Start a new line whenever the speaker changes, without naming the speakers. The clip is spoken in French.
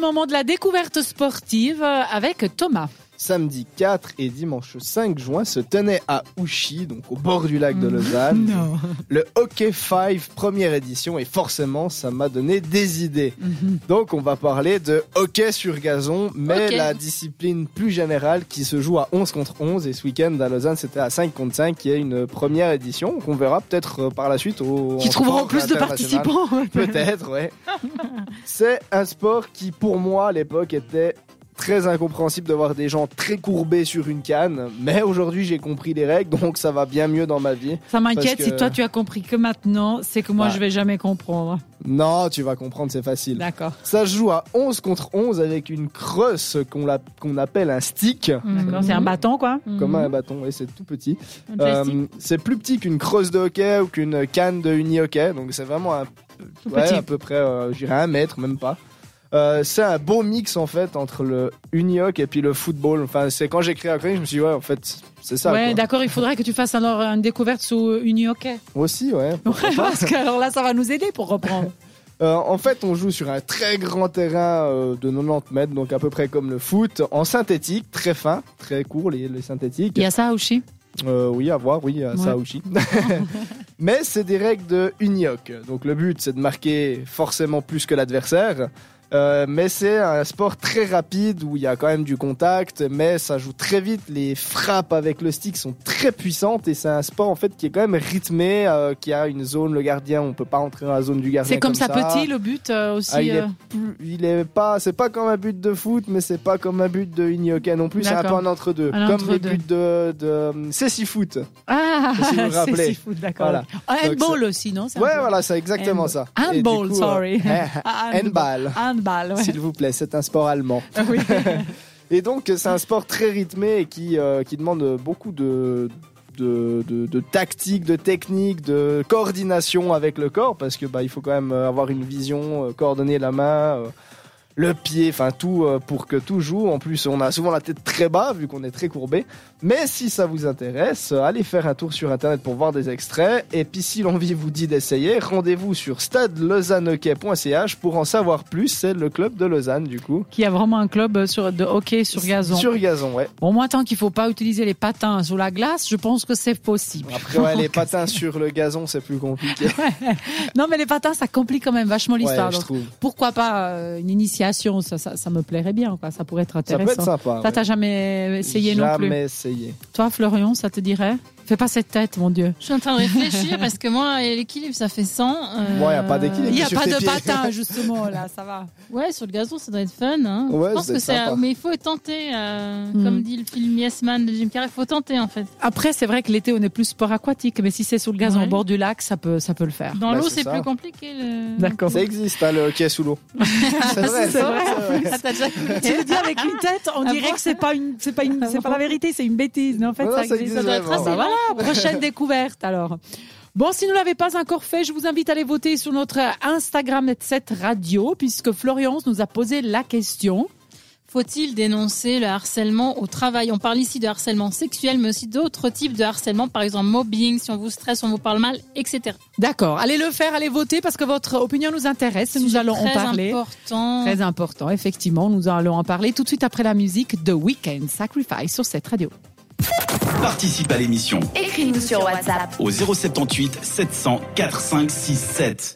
moment de la découverte sportive euh, avec Thomas.
Samedi 4 et dimanche 5 juin se tenait à Ouchy, donc au bord du lac de Lausanne,
Mm. Non.
le Hockey 5 première édition et forcément ça m'a donné des idées. Donc on va parler de hockey sur gazon, mais
Ok.
la discipline plus générale qui se joue à 11 contre 11 et ce week-end à Lausanne c'était à 5 contre 5 qui est une première édition qu'on verra peut-être euh, par la suite au...
Qui trouveront
sport
plus de
international.
participants.
Peut-être, ouais. C'est un sport qui, pour moi, à l'époque, était très incompréhensible de voir des gens très courbés sur une canne. Mais aujourd'hui, j'ai compris les règles, donc ça va bien mieux dans ma vie.
Ça m'inquiète
Parce que-
si toi tu as compris que maintenant, c'est que moi
Ouais.
je vais jamais comprendre.
Non, tu vas comprendre, c'est facile.
D'accord.
Ça se joue à 11 contre 11 avec une creuse qu'on l'a- qu'on appelle un stick.
D'accord, C'est un battant quoi.
Comme un bâton, et c'est tout petit.
Mm. Un joystick.
Euh, c'est plus petit qu'une creuse de hockey ou qu'une canne de uni-hockey, donc c'est vraiment un
Tout
Ouais,
petit.
à peu près, euh, je dirais un mètre, même pas. Euh, c'est un beau mix en fait entre le unioc et puis le football. Enfin, c'est quand j'ai créé la chronique, je me suis dit, ouais, en fait, c'est ça.
ouais,
quoi.
d'accord, il faudrait que tu fasses alors une découverte sous Uni Hockey.
Aussi, ouais.
Ouais, parce que alors là, ça va nous aider pour reprendre.
Euh, en fait, on joue sur un très grand terrain euh, de 90 mètres, donc à peu près comme le foot, en synthétique, très fin, très court, les, les synthétiques.
Il y a ça aussi.
Euh, oui, à voir, oui, à
Ouais.
Saouchi. Mais c'est des règles de Unioc. Donc le but, c'est de marquer forcément plus que l'adversaire. Euh, mais c'est un sport très rapide où il y a quand même du contact, mais ça joue très vite. Les frappes avec le stick sont très puissantes et c'est un sport en fait qui est quand même rythmé, euh, qui a une zone, le gardien, on peut pas rentrer dans la zone du gardien.
C'est comme, ça,
ça
petit le but euh, aussi.
Ah, il, est
euh,
plus- il est pas, c'est pas comme un but de foot, mais c'est pas comme un but de Unioca non plus. C'est un peu
D'accord.
un entre deux,
Un
comme
entre
les
deux.
buts de, de, c'est six foot.
Ah,
si vous vous rappelez.
c'est foot, d'accord.
Voilà.
Ah,
Donc,
handball aussi, non c'est un
Ouais,
peu-
voilà, c'est exactement ça. Et du
Handball,
coup, euh,
sorry.
eh,
Ah,
handball,
Handball, ouais. Ah
s'il vous plaît, c'est un sport allemand.
Oui.
Et donc, c'est un sport très rythmé et qui, euh, qui demande beaucoup de, de, de- de tactique, de technique, de coordination avec le corps, parce que bah, il faut quand même euh, avoir une vision, euh, coordonner la main. euh, le pied, enfin tout euh, pour que tout joue. En plus, on a souvent la tête très bas vu qu'on est très courbé. Mais si ça vous intéresse, euh, allez faire un tour sur internet pour voir des extraits. Et puis si l'envie vous dit d'essayer, rendez-vous sur stadelausannehockey.ch pour en savoir plus. C'est le club de Lausanne du coup.
Qui a vraiment un club euh, sur, de hockey sur gazon.
Sur gazon, ouais.
Bon, moi, tant qu'il faut pas utiliser les patins sous la glace, je pense que c'est possible.
Après, ouais, les patins sur le gazon, c'est plus compliqué.
Non, mais les patins, ça complique quand même vachement
Ouais,
l'histoire.
je
donc,
trouve.
pourquoi pas euh, une initiation ça, ça, ça me plairait bien, quoi. Ça pourrait être
Ça
intéressant.
peut être sympa.
Ça,
ouais.
t'as jamais essayé non plus.
Jamais essayé.
Toi, Florian, ça te dirait Fais pas cette tête, mon Dieu.
Je suis en train de réfléchir parce que moi, l'équilibre, ça fait 100. euh,
Ouais, y a pas d'équilibre.
Il n'y
puis
a
sur
pas
tes
de
pieds.
patin, justement, là, ça va.
Ouais, sur le gazon, ça doit être fun. hein.
Ouais,
je pense
c'est
que c'est.
sympa.
Mais il faut tenter, euh,
Hmm.
comme dit le film Yes Man de Jim Carrey, il faut tenter en fait.
Après, c'est vrai que l'été, on est plus sport aquatique, mais si c'est sous le gazon
Ouais.
au bord du lac, ça peut, ça peut le faire.
Dans
Bah,
l'eau,
c'est
c'est
ça.
plus compliqué. le-
D'accord.
Ça existe, hein, le hockey sous l'eau. c'est vrai,
c'est vrai.
Ah, t'as déjà
Tu le dis avec une tête, on
Ah
dirait
bon Ah
que c'est pas une, c'est pas une, c'est pas la vérité, c'est une bêtise. Mais en fait,
Non,
Ah ça
ça
existe.
existe
Ça doit être
vraiment.
assez
Bah
lent.
voilà, prochaine découverte alors. Bon, si vous ne l'avez pas encore fait, je vous invite à aller voter sur notre Instagram de cette radio, puisque Florian nous a posé la question.
Faut-il dénoncer le harcèlement au travail On parle ici de harcèlement sexuel, mais aussi d'autres types de harcèlement, par exemple mobbing, si on vous stresse, on vous parle mal, etc.
D'accord, allez le faire, allez voter, parce que votre opinion nous intéresse, nous
Sujet
allons en
très
parler.
Important.
Très important, effectivement, nous allons en parler tout de suite après la musique de Weekend Sacrifice sur cette radio.
Participe à l'émission
Écris-nous sur WhatsApp.
au 078 700 4567.